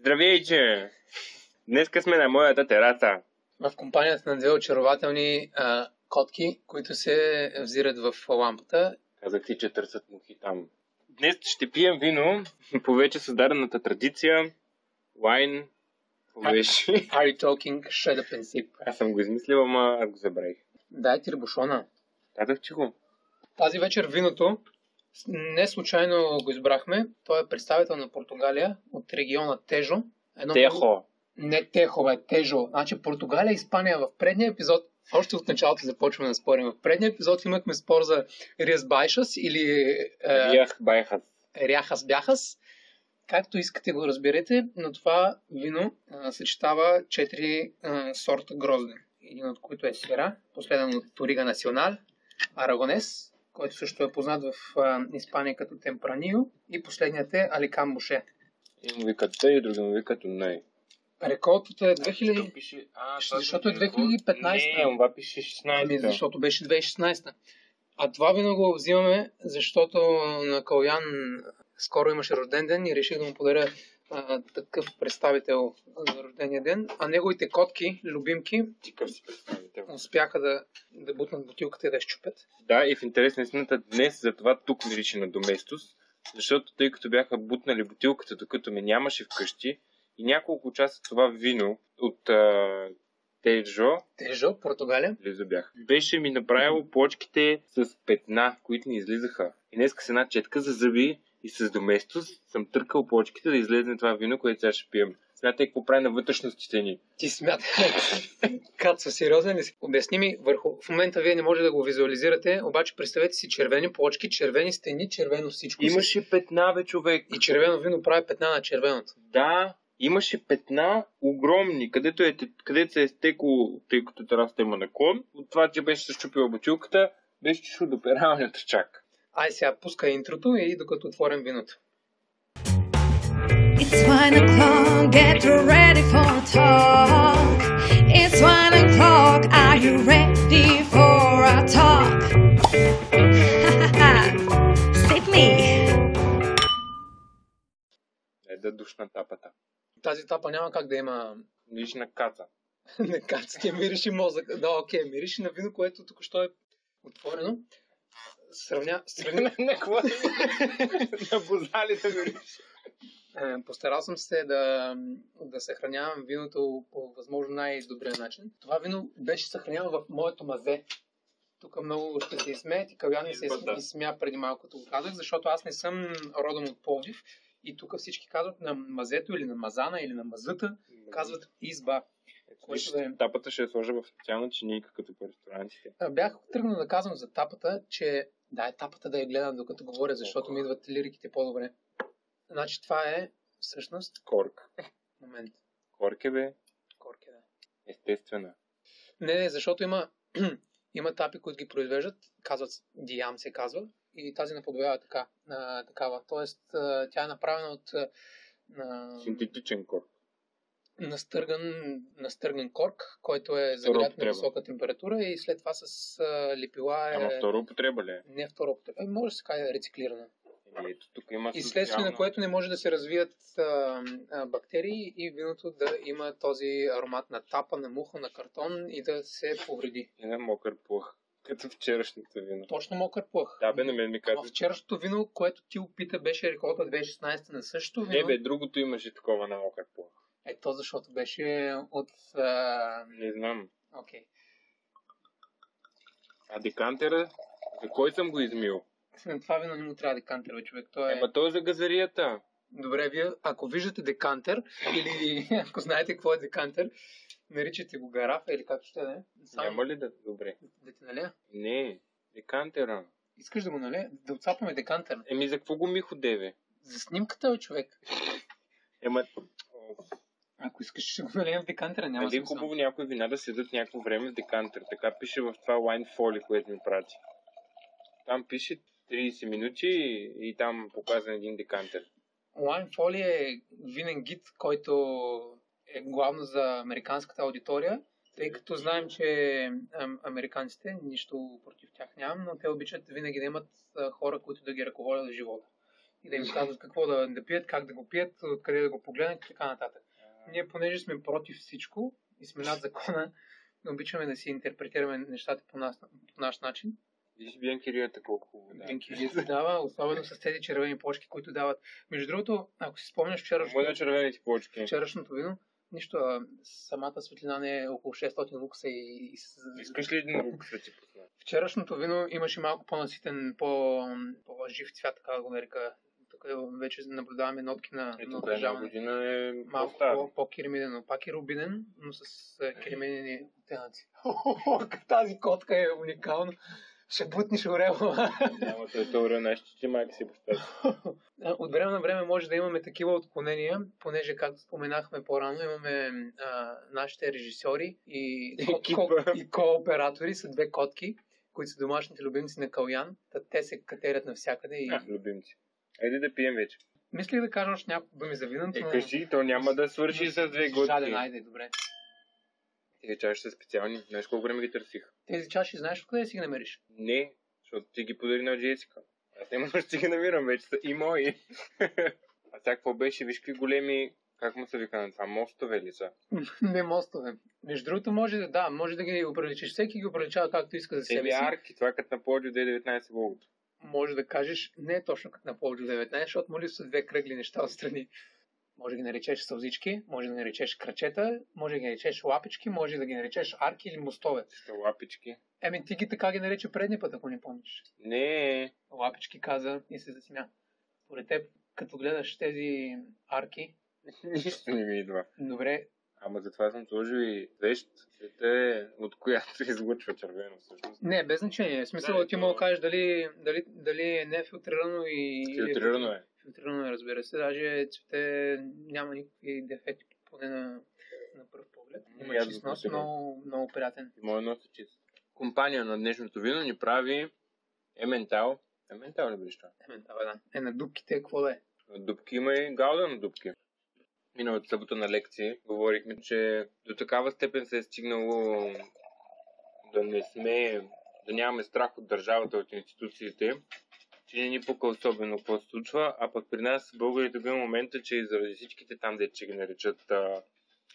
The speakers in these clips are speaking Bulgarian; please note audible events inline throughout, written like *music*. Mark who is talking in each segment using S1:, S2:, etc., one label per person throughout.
S1: Здравейче! Днеска сме на моята тераса.
S2: в компанията на две очарователни а, котки, които се взират в лампата.
S1: Казах си, че търсят мухи там. Днес ще пием вино по вече създадената традиция. Wine.
S2: *laughs*
S1: Повеши.
S2: Are you talking? Shut up and sip.
S1: Аз съм го измислил, ама аз го забравих.
S2: Дай ти рибушона.
S1: Казах, че го.
S2: Тази вечер виното с- не случайно го избрахме. Той е представител на Португалия от региона Тежо. Едно много-
S1: Техо.
S2: Не Техо, бе, Тежо. Значи Португалия и Испания в предния епизод още от началото започваме да спорим. В предния епизод имахме спор за Риас Байшас или е,
S1: Ях байхат.
S2: ряхас бяхас. Както искате го разберете, но това вино а, съчетава 4 а, сорта грозде. Един от които е Сера, последен от Торига Национал, Арагонес, който също е познат в а, Испания като Темпранио и последният е Аликан Буше.
S1: И му викат те, и други му викат най.
S2: Реколтата е 2000...
S1: пише... А,
S2: това Защото е е 2015.
S1: Не, това пише 16.
S2: Ами, защото беше 2016. А това вино го взимаме, защото на Калян скоро имаше рожден ден и реших да му подаря а, такъв представител за рождения ден. А неговите котки, любимки,
S1: Ти къв си представител.
S2: успяха да, да бутнат бутилката и да я щупят.
S1: Да, и в интерес на истината днес затова тук мирише на Доместос, защото тъй като бяха бутнали бутилката, докато ме нямаше вкъщи, и няколко часа това вино от а, Тежо,
S2: Тежо, Португалия.
S1: близо бях, беше ми направило плочките с петна, които ни излизаха. И днес с една четка за зъби и с Доместос съм търкал плочките да излезе това вино, което сега ще пием. Смятай какво прави на вътрешностите ни.
S2: Ти *laughs* смятай. Кацо, сериозен ли си? Обясни ми върху. В момента вие не може да го визуализирате, обаче представете си червени плочки, червени стени, червено всичко.
S1: Имаше петна, бе, човек.
S2: И червено вино прави петна на червеното.
S1: Да, имаше петна огромни, където, е, където се е стекло, тъй като терасата има наклон. От това, че беше се щупила бутилката, беше чушло до пераването чак.
S2: Ай сега, пускай интрото и докато отворим виното.
S3: It's wine o'clock, get ready for a talk. It's wine o'clock, are you ready for a talk? *laughs* Sydney.
S1: Е, да душна тапата.
S2: Тази тапа няма как да има *laughs*
S1: Виж на каца.
S2: на каците, мирише мозък. Да, окей, мирише на вино, което току-що е отворено. Сравня, сравня.
S1: *laughs* на какво? *laughs* на бозалите мириш.
S2: Е, Постарал съм се да, да съхранявам виното по възможно най-добрия начин. Това вино беше съхранявано в моето мазе. Тук много ще се изсмеят и Калян ми се
S1: Изба, да.
S2: изсмя преди малко, като го казах, защото аз не съм родом от Пловдив и тук всички казват на мазето или на мазана или на мазата, казват изба.
S1: Виж,
S2: да е.
S1: тапата ще я сложа в специална чиника, като по ресторантите.
S2: А, Е, Бях тръгнал да казвам за тапата, че да е тапата да я гледам докато говоря, защото ми идват лириките по-добре. Значи това е всъщност
S1: Корк.
S2: момент.
S1: Корк е бе,
S2: Корки, да.
S1: естествена.
S2: Не, не, защото има, *clears throat* има тапи, които ги произвеждат, казват с- Диам се казва, и тази наподобява така, на, такава. Тоест, а, тя е направена от а, на,
S1: Синтетичен корк.
S2: настърган, настърган корк, който е
S1: Втора
S2: загрят на
S1: употреба.
S2: висока температура и след това с а, лепила е...
S1: Ама второ употреба ли е?
S2: Не втора употреба. Ами, Може да се каже рециклирана.
S1: Еми, Ето тук има
S2: И следствие на
S1: социална-
S2: което не може да се развият а, а, бактерии и виното да има този аромат на тапа, на муха, на картон и да се повреди.
S1: И на мокър плъх, като вчерашното вино.
S2: Точно мокър плъх.
S1: Да, бе, на мен ми
S2: Ама
S1: каза.
S2: вчерашното вино, което ти опита, беше рекорда 2016 на същото
S1: Не,
S2: вино.
S1: бе, другото имаше такова на мокър плъх.
S2: Е, то защото беше от... а,
S1: Не знам.
S2: Окей.
S1: А декантера, за кой съм го измил?
S2: На това вино не му трябва декантер, бе, човек. То е...
S1: Ема той е за газарията.
S2: Добре, вие, ако виждате декантер или *laughs* ако знаете какво е декантер, наричате го гарафа или както ще да е. Само
S1: Няма ли да... Добре.
S2: да ти налея.
S1: Не, декантера.
S2: Искаш да го налея? Да отцапаме декантер.
S1: Еми, за какво го михо деве?
S2: За снимката, бе, човек.
S1: Ема,
S2: Ако искаш, ще го налеем в декантера, няма
S1: нали е
S2: смисъл.
S1: хубаво някои вина да седат някакво време в декантер. Така пише в това Wine Folly, което ми прати. Там пише 30 минути и, и там показан един декантер.
S2: Лайн Фоли е винен гид, който е главно за американската аудитория, тъй като знаем, че ам, американците, нищо против тях нямам, но те обичат винаги да имат а, хора, които да ги ръководят в живота. и да им казват какво да, да пият, как да го пият, откъде да го погледнат и така нататък. Ние, понеже сме против всичко и сме над закона, обичаме да си интерпретираме нещата по, нас, по наш начин.
S1: Виж бянкерията колко хубаво. Да.
S2: Бенкивият дава, особено с тези червени плочки, които дават. Между другото, ако си спомняш вчерашното,
S1: Мъде е червените плочки.
S2: Е, вчерашното вино, нищо, а, самата светлина не е около 600 лукса и, и с...
S1: Искаш ли един рук да ти пусна?
S2: Вчерашното вино имаше малко по-наситен, по, по-жив цвят, така да го нарека. Тук е, вече наблюдаваме нотки на, на
S1: Ето, една
S2: удържаване.
S1: година е
S2: Малко
S1: по-стар.
S2: по- по-кирмиден, но пак е рубинен, но с
S1: Е.
S2: а, кирмидени оттенъци. *laughs* Тази котка е уникална. Ще бутнеш орела.
S1: Няма да е теория на ще майка си постави.
S2: А, Е, От време на време може да имаме такива отклонения, понеже, както споменахме по-рано, имаме а, нашите режисьори и, ко-
S1: Екипа.
S2: ко- и кооператори са две котки, които са домашните любимци на Калян. Та те се катерят навсякъде и...
S1: Ах, любимци. Айде да пием вече.
S2: Мислих да кажа още няколко думи за виното,
S1: Е,
S2: но-
S1: кажи, то няма да свърши за две
S2: Жаден,
S1: години.
S2: айде, добре.
S1: Тези чаши Е, са специални. Знаеш колко време ги търсих?
S2: Тези чаши знаеш откъде си ги намериш? *laughs*
S1: Не, защото ти ги подари на Джесика. Аз няма да ще ги намирам, вече са и мои. *laughs* а сега какво беше? Виж какви големи, как му се вика на това, мостове ли са?
S2: Не мостове. Между другото, може да, да, може да ги оприличиш. Всеки ги оприличава както иска за себе
S1: Еми
S2: си.
S1: арки, това е като на Плодио 2019 логото.
S2: може да кажеш, не е точно като на Пловдив 19, защото му липсват две кръгли неща отстрани. Може да ги наречеш сълзички, може да ги наречеш крачета, може да ги наречеш лапички, може да ги наречеш арки или мостове.
S1: Са лапички.
S2: Еми, ти ги така ги нарече предния път, ако не помниш.
S1: Не, *laughs*
S2: Лапички каза и се засмя. Поред теб, като гледаш тези арки,
S1: нищо не ми идва.
S2: добре,
S1: Ама затова съм сложил и вещ, свете, от която *laughs* излъчва червено всъщност.
S2: не, без значение. В смисъл,
S1: Да,
S2: ти
S1: то-
S2: мога да кажеш дали, дали, дали е нефилтрирано и... или
S1: Филтрирано е.
S2: Филтрирано е, разбира се. Даже цвете няма никакви дефекти, поне на, на пръв поглед.
S1: Има
S2: Има
S1: ядро
S2: чист
S1: по
S2: нос,
S1: себе.
S2: много, много приятен.
S1: И моят нос е чист. Компания на днешното вино ни прави Ементал. Ементал ли беше това?
S2: Ементал, да. Е, на дубките какво да е?
S1: На Дубки има и галда на дубки. Миналата събота на лекции говорихме, че до такава степен се е стигнало да не сме, да нямаме страх от държавата, от институциите, че не ни пука особено какво се случва, а пък при нас българите до момента, че и заради всичките там, де че ги наричат а,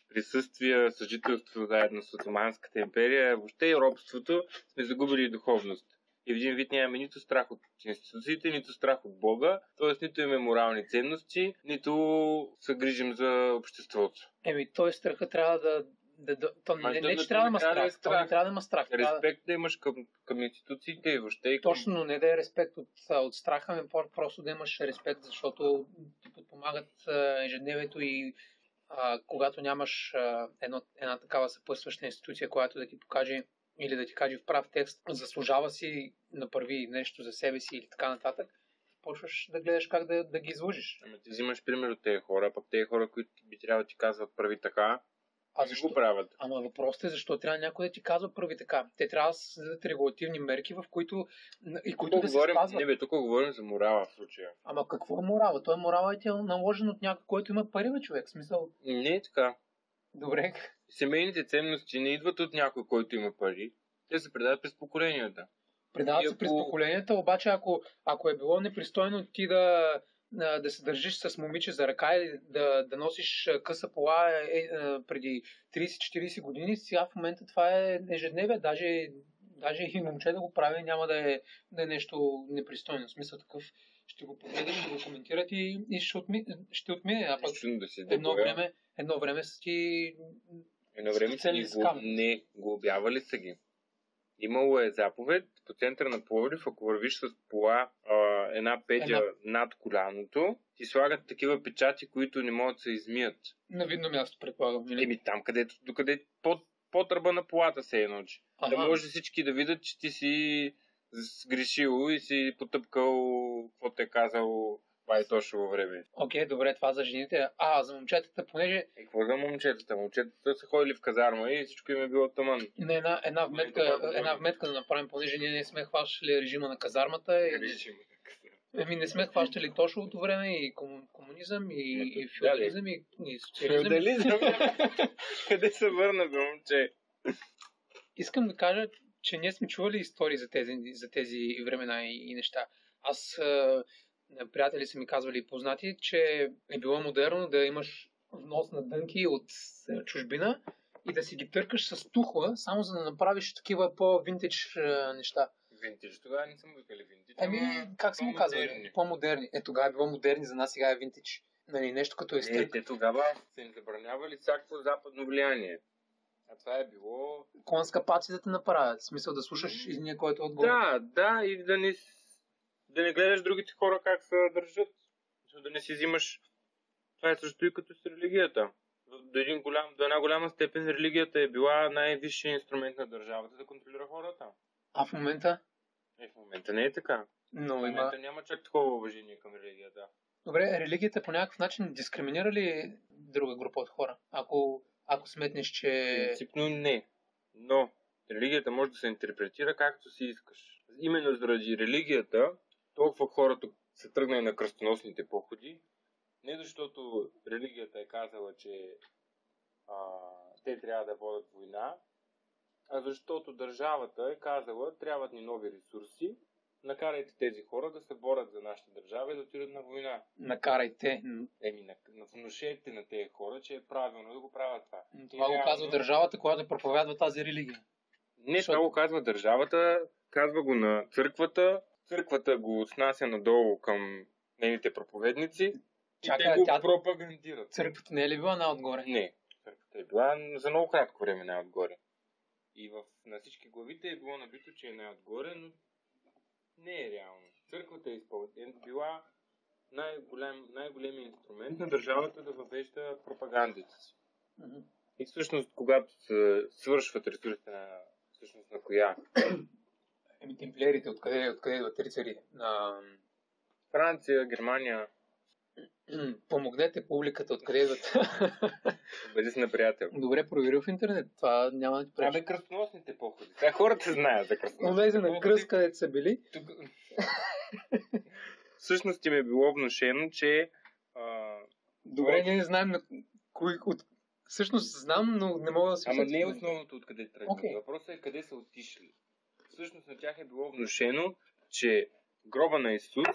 S1: присъствия, съжителство заедно с Отоманската империя, въобще и робството, сме загубили духовност. И в един вид нямаме нито страх от институциите, нито страх от Бога, т.е. нито имаме морални ценности, нито се грижим за обществото.
S2: Еми, той страха трябва да... да, да то
S1: Ма,
S2: не,
S1: то
S2: не,
S1: не-
S2: че
S1: то
S2: трябва
S1: не
S2: да има
S1: трябва да е
S2: страх. То не
S1: страх.
S2: трябва да има страх. Трябва,
S1: Респект да имаш към, към институциите и въобще и към...
S2: точно, но не да е респект от, от страха, ами по- просто да имаш респект, защото ти подпомагат а, ежедневието и а, когато нямаш а, едно, една такава съпътстваща институция, която да ти покаже или да ти каже в прав текст, заслужава си, направи нещо за себе си или така нататък, почваш да гледаш как да, да ги изложиш.
S1: Ама Ами ти взимаш пример от тези хора, пък тези хора, които би трябвало да ти казват прави така,
S2: А
S1: не
S2: защо?
S1: го правят.
S2: Ама въпросът е защо трябва някой да ти казва първи така. Те трябва да се създадат регулативни мерки, в които и които
S1: Тук
S2: да се
S1: говорим,
S2: спазват.
S1: не бе, тук говорим за морала в случая.
S2: Ама какво е морала? Той морала е ти е наложен от някой, който има пари, бе, човек. В Смисъл,
S1: Не е така.
S2: добре. *laughs*
S1: Семейните ценности не идват от някой, който има пари. Те се предават през поколенията.
S2: Предават
S1: И
S2: се
S1: ако-
S2: през поколенията, обаче ако, ако е било непристойно ти да, а, да се държиш с момиче за ръка или да, да носиш а, къса пола е, е, преди 30-40 години, сега в момента това е ежедневие. Даже, даже и момче да го прави няма да е, да е нещо непристойно. В смисъл такъв ще го погледат, ще го коментират и, и ще, отми, ще отмине. А пък
S1: Чудно да си
S2: едно
S1: дебоя.
S2: време, едно време са ти
S1: Едно време са
S2: Специални
S1: Е, ни
S2: скам.
S1: глоб... не, глобявали са ги. Имало е заповед по центъра на Пловдив, ако вървиш с пола а, една петя
S2: Една-
S1: над коляното, ти слагат такива печати, които не могат да се измият.
S2: на видно място, предполагам. нали? Или?
S1: Еми там, където, докъде под, под ръба на полата се е научи. Да
S2: Аха.
S1: може всички да видят, че ти си сгрешил и си потъпкал, какво те е казал Байтошо във време.
S2: Окей, добре, това за жените. А, за момчетата, понеже
S1: Е, какво за момчетата? Момчетата са ходили в казарма и всичко им е било тъмън.
S2: на една, една,
S1: Добре,
S2: вметка,
S1: добре.
S2: една вметка да направим, понеже ние не сме хващали режима на казармата.
S1: Е,
S2: И, ами не сме хващали точното време и кому, комунизъм, и, и феодализъм, и, и социализъм.
S1: Феодализъм. *laughs* Къде се върна, бе, момче?
S2: Искам да кажа, че ние сме чували истории за тези, за тези времена и, и неща. Аз а, на приятели са ми казвали и познати, че е било модерно да имаш внос на дънки от е, чужбина и да си ги търкаш с тухла, само за да направиш такива по-винтидж е, неща.
S1: Винтиж. Тогава не съм викали винтиж.
S2: Ами,
S1: ама
S2: как са му казвали?
S1: по-модерни.
S2: По-модерни. Е, тогава е било модерни, за нас сега е винтидж. Нали, нещо като е
S1: Е,
S2: стърк.
S1: те тогава са им забранявали всяко западно влияние. А това е било...
S2: Конска паци да те направят. В смисъл да слушаш единия, който е отговори.
S1: Да, да, и да не, с- да не гледаш другите хора как се държат. За Да не си взимаш... Това е също и като с религията. В- До, един голям, до една голяма степен религията е била най-висшия инструмент на държавата да контролира хората.
S2: А в момента?
S1: Е, в момента не е така. В
S2: Но има.
S1: момента няма чак такова уважение към религията.
S2: Добре, религията по някакъв начин дискриминира ли друга група от хора? Ако, ако сметнеш, че...
S1: Принципно не. Но религията може да се интерпретира както си искаш. Именно заради религията, толкова хората се тръгнали на кръстоносните походи, не защото религията е казала, че а, те трябва да водят война, а защото държавата е казала, трябват ни нови ресурси, накарайте тези хора да се борят за нашата държава и да отидат на война.
S2: Накарайте.
S1: Еми, на, на, внушете на тези хора, че е правилно да го правят това.
S2: Това го
S1: Реално-
S2: казва държавата, която проповядва тази религия.
S1: не, това го казва държавата, казва го на църквата. Църквата го снася надолу към нейните проповедници.
S2: Чакай,
S1: и те го
S2: тя-
S1: пропагандират.
S2: Църквата не е ли била най-отгоре?
S1: Не, църквата е била за много кратко време най-отгоре. И в, на всички главите е било набито, че е най-отгоре, но не е реално. Църквата е, изпъл... е била най-голям, най-големият инструмент на държавата да въвежда пропагандите си.
S2: Мгм.
S1: И всъщност, когато се свършват ресурсите на, всъщност на коя
S2: Еми, темплиерите, откъде, откъде идват рицарите? На...
S1: Франция, Германия.
S2: М, Помогнете публиката, откъде *laughs* идват.
S1: Бъди си на приятел.
S2: Добре, проверил в интернет. Това няма да ти пречи.
S1: Абе, кръстоносните походи. Сега хората знаят за кръстоносните
S2: Онези на кръст, където са били.
S1: Тук... Всъщност им е било внушено, че а,
S2: Добре, ние не знаем на кои... От... Всъщност знам, но не мога да се
S1: Ама
S2: сетя.
S1: не е основното откъде тръгват.
S2: Окей.
S1: Okay. Въпросът е къде са отишли. Всъщност на тях е било внушено, че гроба на Исус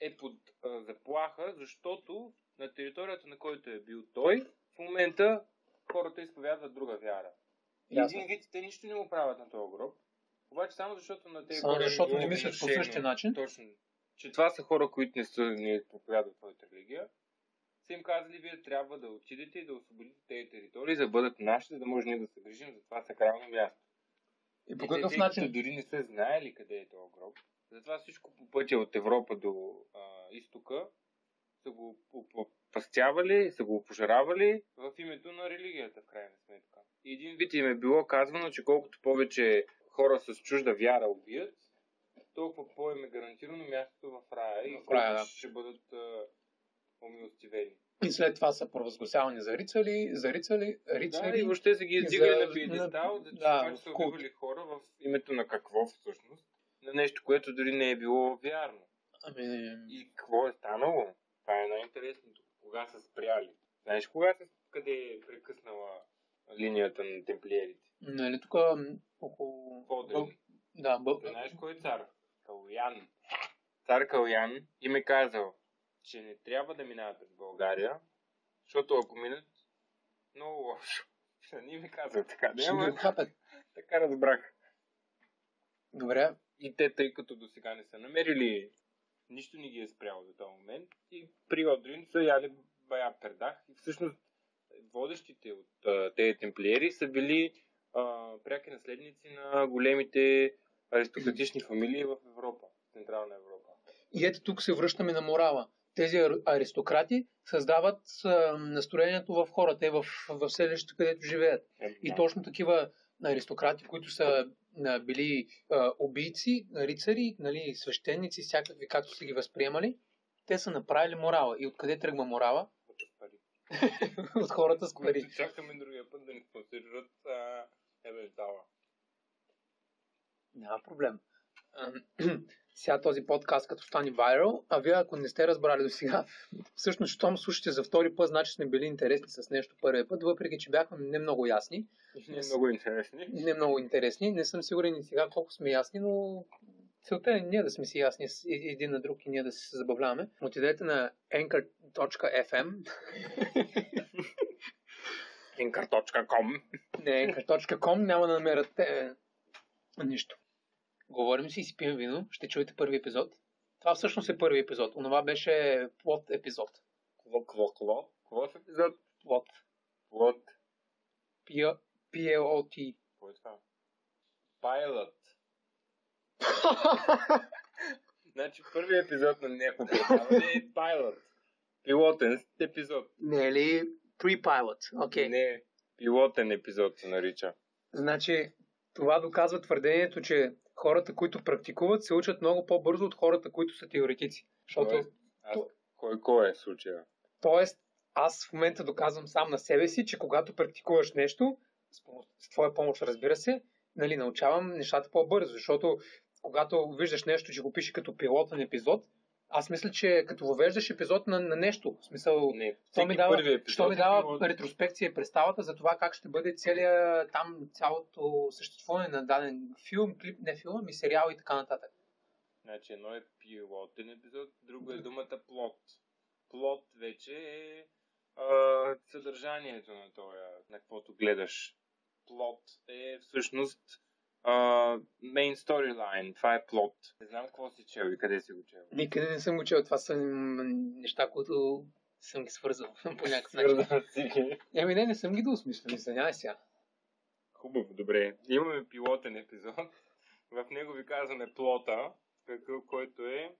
S1: е под а, заплаха, защото на територията, на който е бил той, в момента хората изповядват друга вяра. И
S2: Ясно.
S1: един вид те нищо не му правят на този гроб. Обаче само защото на тези
S2: Само
S1: хора е
S2: защото
S1: било
S2: не мислят по
S1: внушено,
S2: същия начин.
S1: Точно. Че това са хора, които не са не проповядват твоята религия са им казали, вие трябва да отидете и да освободите тези територии, за да бъдат наши, за да може ние да се грижим за това сакрално място.
S2: И по
S1: И
S2: какъв
S1: Е, те,
S2: начин?
S1: които Дори не са знаели къде е този гроб. Затова всичко по пътя от Европа до а, изтока са го пастявали, са го опожаравали в името на религията, в крайна сметка. И един вид им е било казвано, че колкото повече хора с чужда вяра убият, толкова по-им е гарантирано мястото в рая и
S2: В рая,
S1: хората
S2: да.
S1: ще бъдат а, умилостивени.
S2: И след това са провъзгласявани за рицали, за рицали,
S1: Да, и
S2: рицали.
S1: въобще са ги
S2: И
S1: издигали
S2: за-
S1: на пиедестал,
S2: на-
S1: за
S2: да,
S1: това, че са
S2: в култ.
S1: убивали хора в името на какво всъщност, на нещо, което дори не е било вярно.
S2: Ами,
S1: И какво е станало? Това е най-интересното. Кога са спряли? Знаеш кога са, къде е прекъснала линията на темплиерите?
S2: нали тук около...
S1: Воден.
S2: Да, бъл...
S1: Знаеш кой е цар? Калуян. Цар Калуян им е казал, че не трябва да минават през България, защото ако минат, много лошо. *laughs* Не ми казал така,
S2: ще ги
S1: няма.
S2: отхапят.
S1: Така разбрах.
S2: Добре,
S1: И те, тъй като до сега не са намерили, нищо не ги е спряло до този момент. И при Одрин са яли бая пердах. И всъщност водещите от а, тези темплиери са били а, пряки наследници на големите аристократични фамилии в Европа, в Централна Европа.
S2: И ето тук се връщаме на морала. Тези ар- аристократи създават а, настроението в хората и в, в селището, където живеят. И точно такива аристократи, които са а, били а, убийци, рицари, нали, свещеници, всякакви, както са ги възприемали, те са направили морала. И откъде тръгва морала? *laughs* От хората с пари.
S1: Които чакаме другия път да ни спонсорират а, Евентала.
S2: Няма проблем. Ам, *clears throat* сега този подкаст като стане вайрал, а вие ако не сте разбрали до сега, *laughs* всъщност, щом слушате за втори път, значи сме били интересни с нещо първия път, въпреки че бяхме не много ясни,
S1: Много интересни.
S2: не много интересни. Не съм сигурен и сега колко сме ясни, но Целта е ние да сме си ясни с е- един на друг и ние да се забавляваме. Отидете на anchor.fm
S1: Incar.com
S2: Не, anchor.com няма да намерате нищо. Говорим си и си пием вино. Ще чуете първи епизод. Това всъщност е първи епизод. Онова беше плод епизод.
S1: Кво, кво, кво? Кво е в епизод?
S2: Плод.
S1: Плот.
S2: Пия- *laughs* P-L-O-T.
S1: Какво е това? Пайлот. Значи първият епизод на някакво предаване е пайлот. Пилотен епизод.
S2: Не е ли pre-pilot? Окей.
S1: Не, пилотен епизод се нарича.
S2: Значи, това доказва твърдението, че хората, които практикуват, се учат много по-бързо от хората, които са теоретици. Защото,
S1: Тоест, аз, кой, кой е случая?
S2: тоест, аз в момента доказвам сам на себе си, че когато практикуваш нещо, с, пом- с твоя помощ, разбира се, нали, научавам нещата по-бързо, защото когато виждаш нещо, че го пише като пилотен епизод, аз мисля, че като въвеждаш епизод на, на нещо, в смисъл,
S1: Не,
S2: то ми дава,
S1: първи епизод
S2: що ми
S1: е
S2: дава
S1: пилот.
S2: ретроспекция и представата за това как ще бъде целия, там цялото съществуване на даден филм, клип, не филм, ами сериал и така нататък.
S1: Значи едно е пилотен епизод, друго е думата плот. Плот вече е а, съдържанието на този, на каквото гледаш. Плот е всъщност а, main storyline. Това е плот. Не знам какво си чел и къде си го чел.
S2: Никъде не съм го чел, това са м, неща, които съм ги свързал *laughs* по някакъв начин.
S1: Свързан си ги.
S2: Еми не, не съм ги доосмислил, извинявай сега.
S1: Хубаво, добре. Имаме пилотен епизод. В него ви казваме плота, какъв, който е,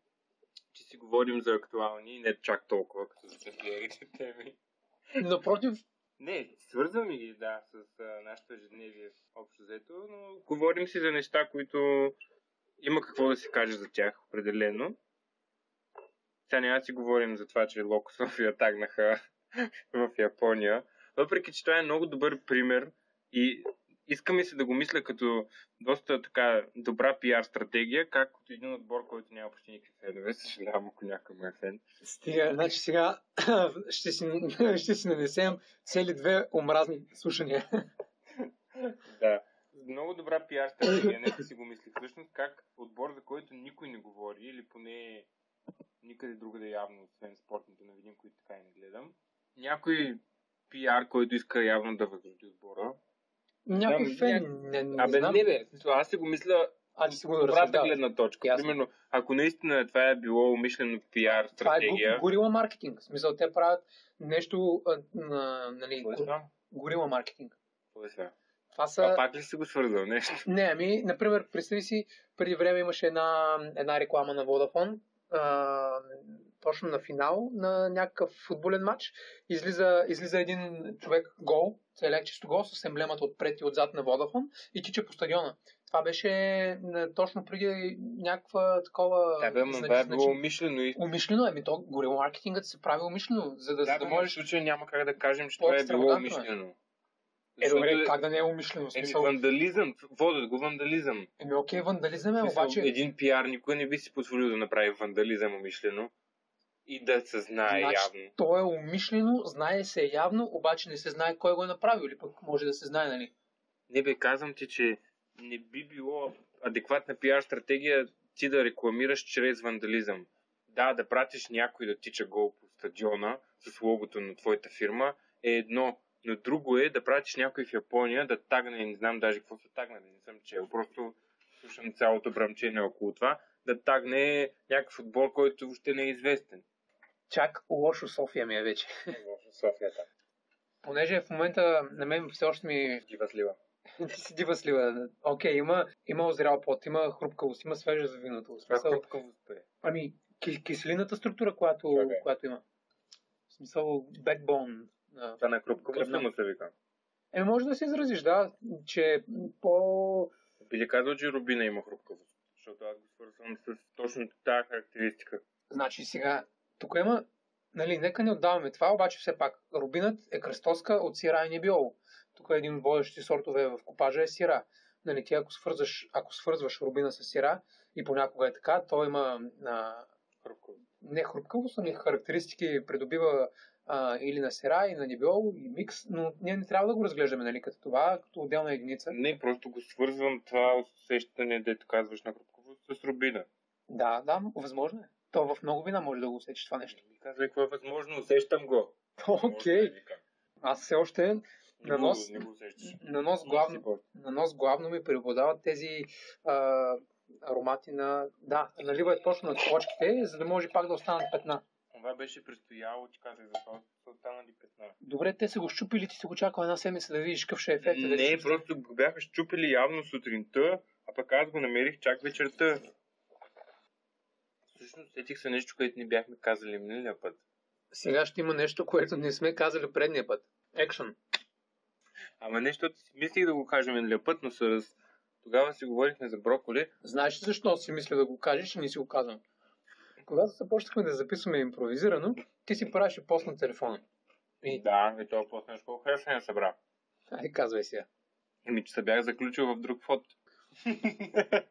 S1: че си говорим за актуални и не чак толкова, като за тефиерите теми.
S2: Напротив,
S1: Не, свързваме ги, да, с а, нашето ежедневие общо взето, но говорим си за неща, които има какво да се каже за тях, определено. Сега няма да си говорим за това, че Локо София тагнаха *laughs* в Япония, въпреки, че това е много добър пример и искаме се да го мисля като доста така добра пиар стратегия, как от един отбор, който няма почти никакви фенове, *laughs* съжалявам, ако някой му е фен.
S2: Стига, значи сега *clears throat* ще си, *clears throat* ще си нанесем цели две омразни слушания.
S1: Да. Много добра пиар стратегия, нека си го мисли. Всъщност как отбор, за който никой не говори, или поне никъде другаде явно, освен спортните новини, които така и не гледам. Някой пиар, който иска явно да възроди отбора.
S2: Някой
S1: Да,
S2: фен,
S1: ня-
S2: не, не
S1: Абе,
S2: знам.
S1: Ами, не бе, в смисъл, аз си го мисля
S2: а, че си
S1: от
S2: го
S1: добрата
S2: разсъждаваш.
S1: гледна точка.
S2: Ясно.
S1: Примерно, ако наистина това е било умишлено пиар
S2: Това е го-
S1: стратегия.
S2: горила маркетинг. В смисъл, те правят нещо, а, на, нали,
S1: Какво е
S2: го-
S1: това?
S2: горила маркетинг.
S1: Какво е това? Това
S2: Това са...
S1: пак ли си го свързал нещо?
S2: Не, ами, например, представи си, преди време имаше една, една реклама на Vodafone, а, точно на финал на някакъв футболен матч. Излиза, излиза един човек гол, целяк чисто гол, с емблемата отпред и отзад на Vodafone и тича по стадиона. Това беше на- точно преди някаква такова...
S1: Да, бе, ма
S2: значи-
S1: това е било
S2: значи-
S1: умишлено и
S2: Умишлено е, ми то горил маркетингът се прави умишлено, за
S1: Да,
S2: да, за
S1: да
S2: да
S1: може
S2: можеш...
S1: случай няма как да кажем, че това е било
S2: По-екстравагантно е.
S1: умишлено.
S2: Е, добре,
S1: Защото
S2: как да не е умишлено? В
S1: Еми,
S2: смисъл,
S1: вандализъм, водят го вандализъм.
S2: еми, окей, вандализъм е,
S1: Мисъл,
S2: обаче...
S1: Един пиар никой не би си позволил да направи вандализъм умишлено и да се знае
S2: Значи,
S1: явно.
S2: то е умишлено, знае се явно, обаче не се знае кой го е направил или пък може да се знае, нали?
S1: Не бе, казвам ти, че не би било адекватна пиар стратегия ти да рекламираш чрез вандализъм. Да, да пратиш някой да тича гол по стадиона с логото на твоята фирма е едно, но друго е да пратиш някой в Япония да тагне, не знам даже какво са тагнали, не съм чел, просто слушам цялото бръмчение около това, да тагне някакъв отбор, който въобще не е известен.
S2: Чак лошо София ми е вече.
S1: Софията.
S2: Понеже в момента на мен все още ми *laughs*
S1: Дива слива.
S2: не си дива слива. Окей, има, има озрял пот, има хрупкавост, има свежест в виното. В
S1: Това е
S2: смисъл,
S1: хрупкавост, бе.
S2: ами, ки- киселината структура, която,
S1: Чакай.
S2: която има. В смисъл, бекбон.
S1: Това на хрупкавост
S2: Кръвна.
S1: му се вика.
S2: Е, може да се изразиш, да, че по...
S1: Би ли казал, че Рубина има хрупкавост? Защото аз го свързвам с точно тази характеристика.
S2: Значи сега, тук има, нали, нека не отдаваме това, обаче все пак, рубинът е кръстоска от сира и небиоло. Тук е един от водещи сортове в копажа е сира. Нали, ти ако свързваш, ако свързваш рубина с сира, и понякога е така, то има а,
S1: Хрупкавост.
S2: не хрупкавост, ами характеристики придобива а, или на сира, и на небиоло, и микс, но ние не трябва да го разглеждаме нали, като това, като отделна единица.
S1: Не, просто го свързвам това усещане, дето казваш на хрупкавост с рубина.
S2: Да, да, възможно е. То в много вина може да го усетиш това нещо. *laughs*
S1: Ми казвай какво е възможно, усещам го.
S2: Окей.
S1: Може да е. ви кажа.
S2: Аз все още
S1: Не
S2: На
S1: го-
S2: нос-
S1: Не го усещаш.
S2: на нос главно, на нос главно ми преподават тези а, аромати на... Да, наливай точно на точките, за да може пак да останат петна.
S1: Това беше престояло, ти казах, защото са останали петна.
S2: Добре, те са го щупили, ти си го чакал една седмица да видиш какъв ще е ефектът. дали ще
S1: Не, просто го бяха щупили явно сутринта, а пък аз го намерих чак вечерта. Всъщност сетих се нещо, което ни бяхме казали миналия път.
S2: Сега ще има нещо, което не сме казали предния път. Екшън.
S1: Ама нещо, си мислих да го кажем миналия път, но се раз... Тогава си говорихме за броколи.
S2: Знаеш ли защо си мисля да го кажеш и не си го казвам? Когато започнахме да записваме импровизирано, ти си правеше пост на телефона. И-
S1: Да, и то после нещо колко хреса не събра.
S2: Ай, казвай сега.
S1: Еми, че се бях заключил в друг фото.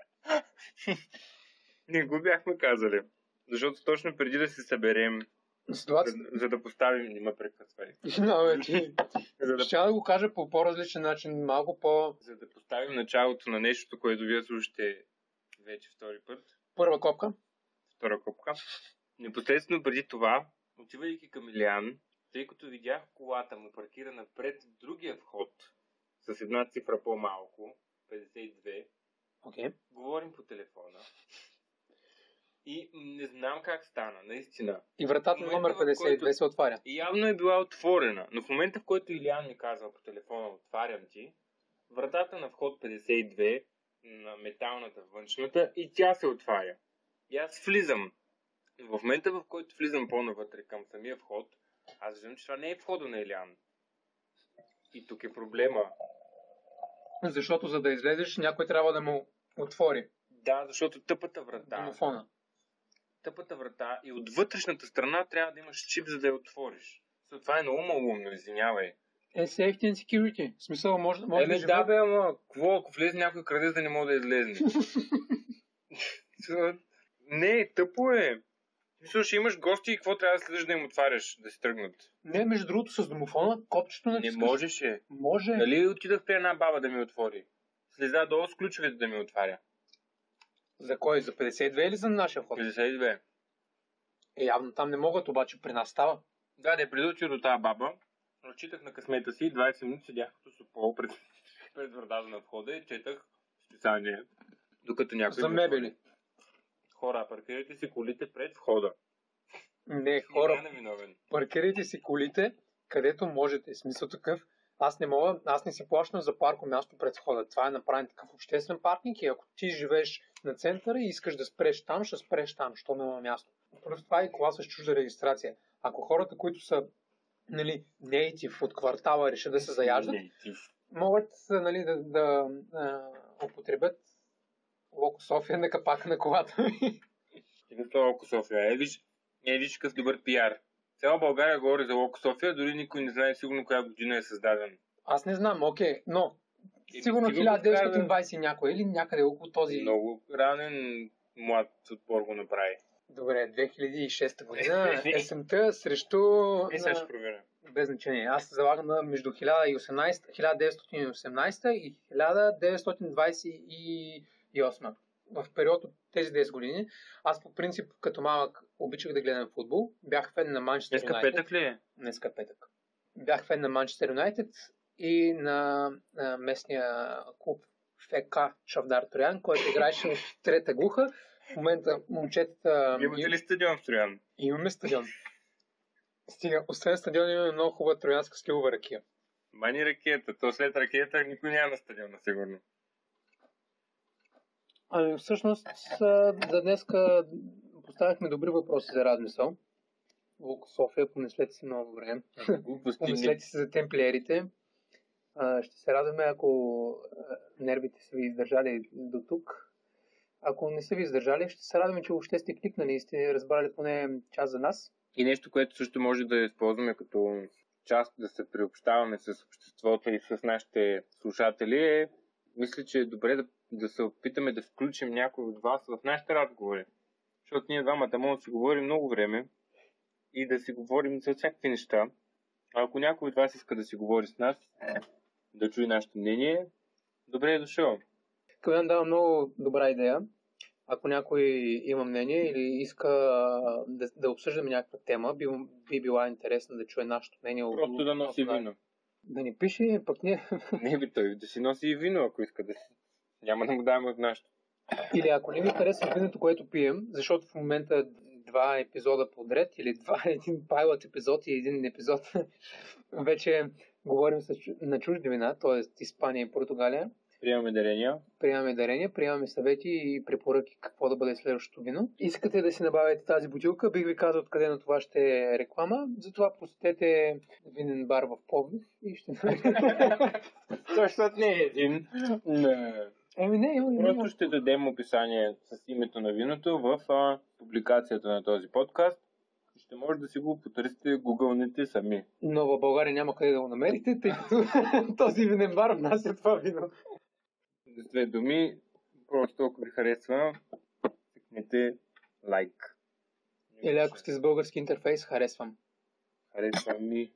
S1: *laughs* не го бяхме казали. Защото точно преди да се съберем, за,
S2: *laughs* Ситуацията...
S1: за да поставим... Има прекъсване.
S2: Абе, ти-
S1: *laughs* За да
S2: Ще да го кажа по по-различен начин, малко по...
S1: за да поставим началото на нещото, което вие слушате вече втори път,
S2: Първа копка.
S1: втора копка. Непосредствено преди това, отивайки към Илиан, тъй като видях колата му паркирана пред другия вход, с една цифра по-малко, 52,
S2: Окей.
S1: говорим по телефона. И не знам как стана, наистина.
S2: И вратата
S1: Момента,
S2: номер
S1: в който-
S2: 52 се отваря.
S1: И явно е била отворена, но в момента, в който Илиан ми казва по телефона, отварям ти, вратата на вход 52, на металната външната, и тя се отваря. И аз влизам. В момента, в който влизам по-навътре към самия вход, аз виждам, че това не е входа на Илиан. И тук е проблема.
S2: Защото за да излезеш, някой трябва да му отвори
S1: Да, защото тъпата врата,
S2: домофона.
S1: тъпата врата и от вътрешната страна трябва да имаш чип, за да я отвориш. Со, Това е много малумно, извинявай.
S2: Е, safety and security. В смисъл, може, може
S1: Еми
S2: живееш-
S1: Е, да бе, ама какво, ако влезе някой краде, да не мога да излезе. Та, не, тъпо е. Мисля, ще имаш гости и какво трябва да следиш да им отваряш, да си тръгнат.
S2: Не, между другото, с домофона, копчето
S1: Не Нали?
S2: натискаш.
S1: можеше.
S2: Може.
S1: Дали отидах при една баба да ми отвори? Слиза долу с ключовете да ми отваря.
S2: За кой? За 52 или за нашия вход?
S1: Нали? 52.
S2: Е, явно там не могат, обаче при нас става.
S1: Да, да придучи до тази баба. Разчитах на късмета си, 20 минути седях като супол пред, пред вратата на входа и четах списание. Докато някой...
S2: За
S1: ми отвори.
S2: мебели.
S1: Хора, паркирайте си колите пред входа.
S2: Не,
S1: Хора.
S2: хора,
S1: Не е виновен.
S2: паркирайте си колите, където можете. Смисъл такъв. Аз не мога, аз не си плащам за парко място пред входа. Това е направен такъв обществен паркинг и ако ти живееш на центъра и искаш да спреш там, ще спреш там, що няма място. Просто това е кола с чужда регистрация. Ако хората, които са нали, нейтив от квартала решат да се заяждат,
S1: Нейтив.
S2: могат нали, да, да а, употребят Локо София на капака на колата. *laughs*
S1: И на това Локо София. Е, виж, е, виж какъв добър пиар. Цяла България говори за Локо София, дори никой не знае сигурно коя година е създаден.
S2: Аз не знам, окей, но
S1: И
S2: сигурно
S1: ти го подправя.
S2: 1920 и някой или някъде около този.
S1: Много ранен млад отбор го направи.
S2: Добре,
S1: *laughs*
S2: 2006 година, есента срещу...
S1: И сега
S2: на-
S1: ще проверя.
S2: Без значение. Аз залагам на между 1918 1918 и 1928. В период от тези 10 години, аз по принцип като малък обичах да гледам футбол. Бях фен на Манчестър
S1: Днеска
S2: Юнайтед.
S1: петък ли е?
S2: Днеска петък. Бях фен на Манчестър Юнайтед и на, на местния клуб ФК Чавдар Троян, който играеше в трета глуха. В момента момчетата...
S1: Имате ли стадион в Троян?
S2: Имаме стадион. Стига, освен стадион имаме много хубава троянска сливова ракия.
S1: Бани ракета. То след ракета никой няма на стадиона, сигурно.
S2: Ами всъщност а, за днеска поставихме добри въпроси за размисъл. Лук София, помислете си много време.
S1: Глупости.
S2: Помислете си за темплиерите. А, ще се радваме, ако а, нервите са ви издържали до тук. Ако не са ви издържали, ще се радваме, че въобще сте кликнали и сте разбрали поне част за нас.
S1: И нещо, което също може да използваме като част да се приобщаваме с обществото и с нашите слушатели е, мисля, че е добре да, да се опитаме да включим някой от вас в нашите разговори. Защото ние двамата можем да си говорим много време и да си говорим за всякакви неща. А ако някой от вас иска да си говори с нас, да чуе нашето мнение, добре е дошъл.
S2: Калян дава много добра идея. Ако някой има мнение или иска а, да, да обсъждаме някаква тема, би, би била интересна да чуе нашето мнение.
S1: Просто да носи вино. *laughs*
S2: Да ни пише, пък ние
S1: Не би той, да си носи и вино, ако иска да си. Няма да му даваме от нашото.
S2: Или ако не ви харесва виното, което пием, защото в момента два епизода подред, или два, *laughs* един пайлот епизод и един епизод, *laughs* вече говорим с, чу- на чужди вина, т.е. Испания и Португалия.
S1: Приемаме дарения.
S2: Приемаме дарения, приемаме съвети и препоръки какво да бъде следващото вино. Искате да си набавите тази бутилка, бих ви казал откъде на това ще е реклама. Затова посетете винен бар в Пловдив и ще...
S1: *laughs* Защото не е един. Не.
S2: Еми не, има, има.
S1: Просто ще дадем описание с името на виното в а, публикацията на този подкаст. Ще може да си го потърсите, гугълнете сами.
S2: Но в България няма къде да го намерите, тъй като *laughs* този винен бар внася това вино.
S1: С две думи, просто ако ви харесва, тикнете лайк.
S2: Или ако сте с български интерфейс, харесвам.
S1: Харесва ми.